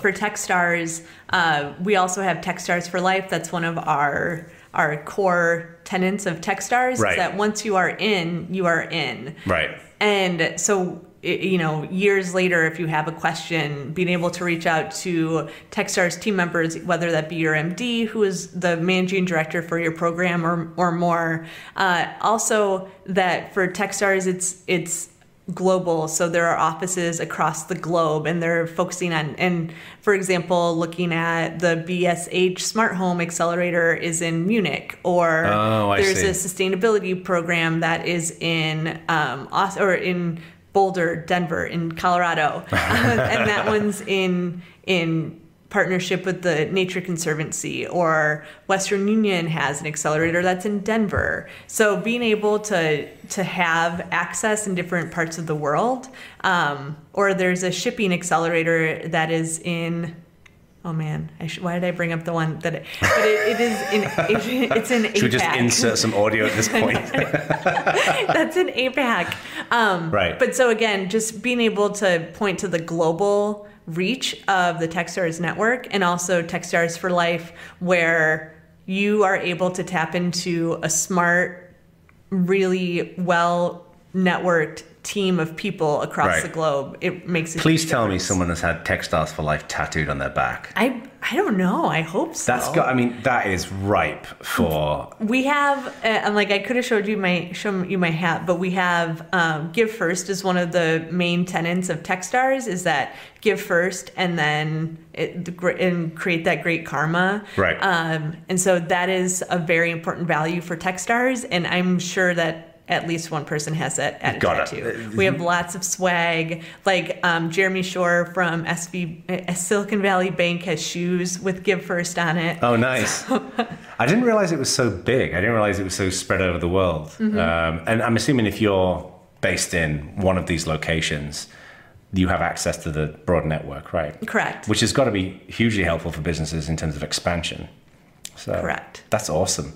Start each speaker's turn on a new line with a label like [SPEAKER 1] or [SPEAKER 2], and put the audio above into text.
[SPEAKER 1] for TechStars, uh, we also have TechStars for Life. That's one of our our core tenets of TechStars
[SPEAKER 2] Right.
[SPEAKER 1] is that once you are in, you are in.
[SPEAKER 2] Right.
[SPEAKER 1] And so, i- you know, years later, if you have a question, being able to reach out to Techstars team members, whether that be your MD, who is the managing director for your program or, or more. Uh, also, that for Techstars, it's it's global so there are offices across the globe and they're focusing on and for example looking at the bsh smart home accelerator is in munich or
[SPEAKER 2] Oh, I
[SPEAKER 1] there's
[SPEAKER 2] see.
[SPEAKER 1] a sustainability program that is in um, Aus- or in Boulder, Denver, in Colorado, Uh, and that one's in in partnership with the Nature Conservancy or Western Union has an accelerator that's in Denver. So being able to to have access in different parts of the world, um, or there's a shipping accelerator that is in. Oh man, I should, why did I bring up the one that? It, but it, it is in. It's in.
[SPEAKER 2] Should we just
[SPEAKER 1] APAC.
[SPEAKER 2] insert some audio at this point?
[SPEAKER 1] That's an APAC. Um,
[SPEAKER 2] Right.
[SPEAKER 1] But so again, just being able to point to the global reach of the Techstars network and also Techstars for Life, where you are able to tap into a smart, really well networked team of people across
[SPEAKER 2] Right.
[SPEAKER 1] the globe. It makes a
[SPEAKER 2] Please
[SPEAKER 1] huge
[SPEAKER 2] tell me
[SPEAKER 1] difference.
[SPEAKER 2] someone has had Techstars for Life tattooed on their back.
[SPEAKER 1] I I don't know. I hope so.
[SPEAKER 2] That's got. I mean, that is ripe for
[SPEAKER 1] We have, uh, and like I could have showed you my shown you my hat, but we have um, give first is one of the main tenets of Techstars is that give first and then it, the gr- and create that great karma.
[SPEAKER 2] Right.
[SPEAKER 1] Um, and so that is a very important value for Techstars, and I'm sure that. At least one person has that at a
[SPEAKER 2] Got it.
[SPEAKER 1] tattoo. We have lots of swag. Like um, Jeremy Shore from SV, uh, Silicon Valley Bank has shoes with Give First on it.
[SPEAKER 2] Oh, nice. I didn't realize it was so big. I didn't realize it was so spread over the world.
[SPEAKER 1] Mm-hmm.
[SPEAKER 2] Um, and I'm assuming if you're based in one of these locations, you have access to the broad network, right?
[SPEAKER 1] Correct.
[SPEAKER 2] Which has got to be hugely helpful for businesses in terms of expansion. So
[SPEAKER 1] Correct.
[SPEAKER 2] That's awesome.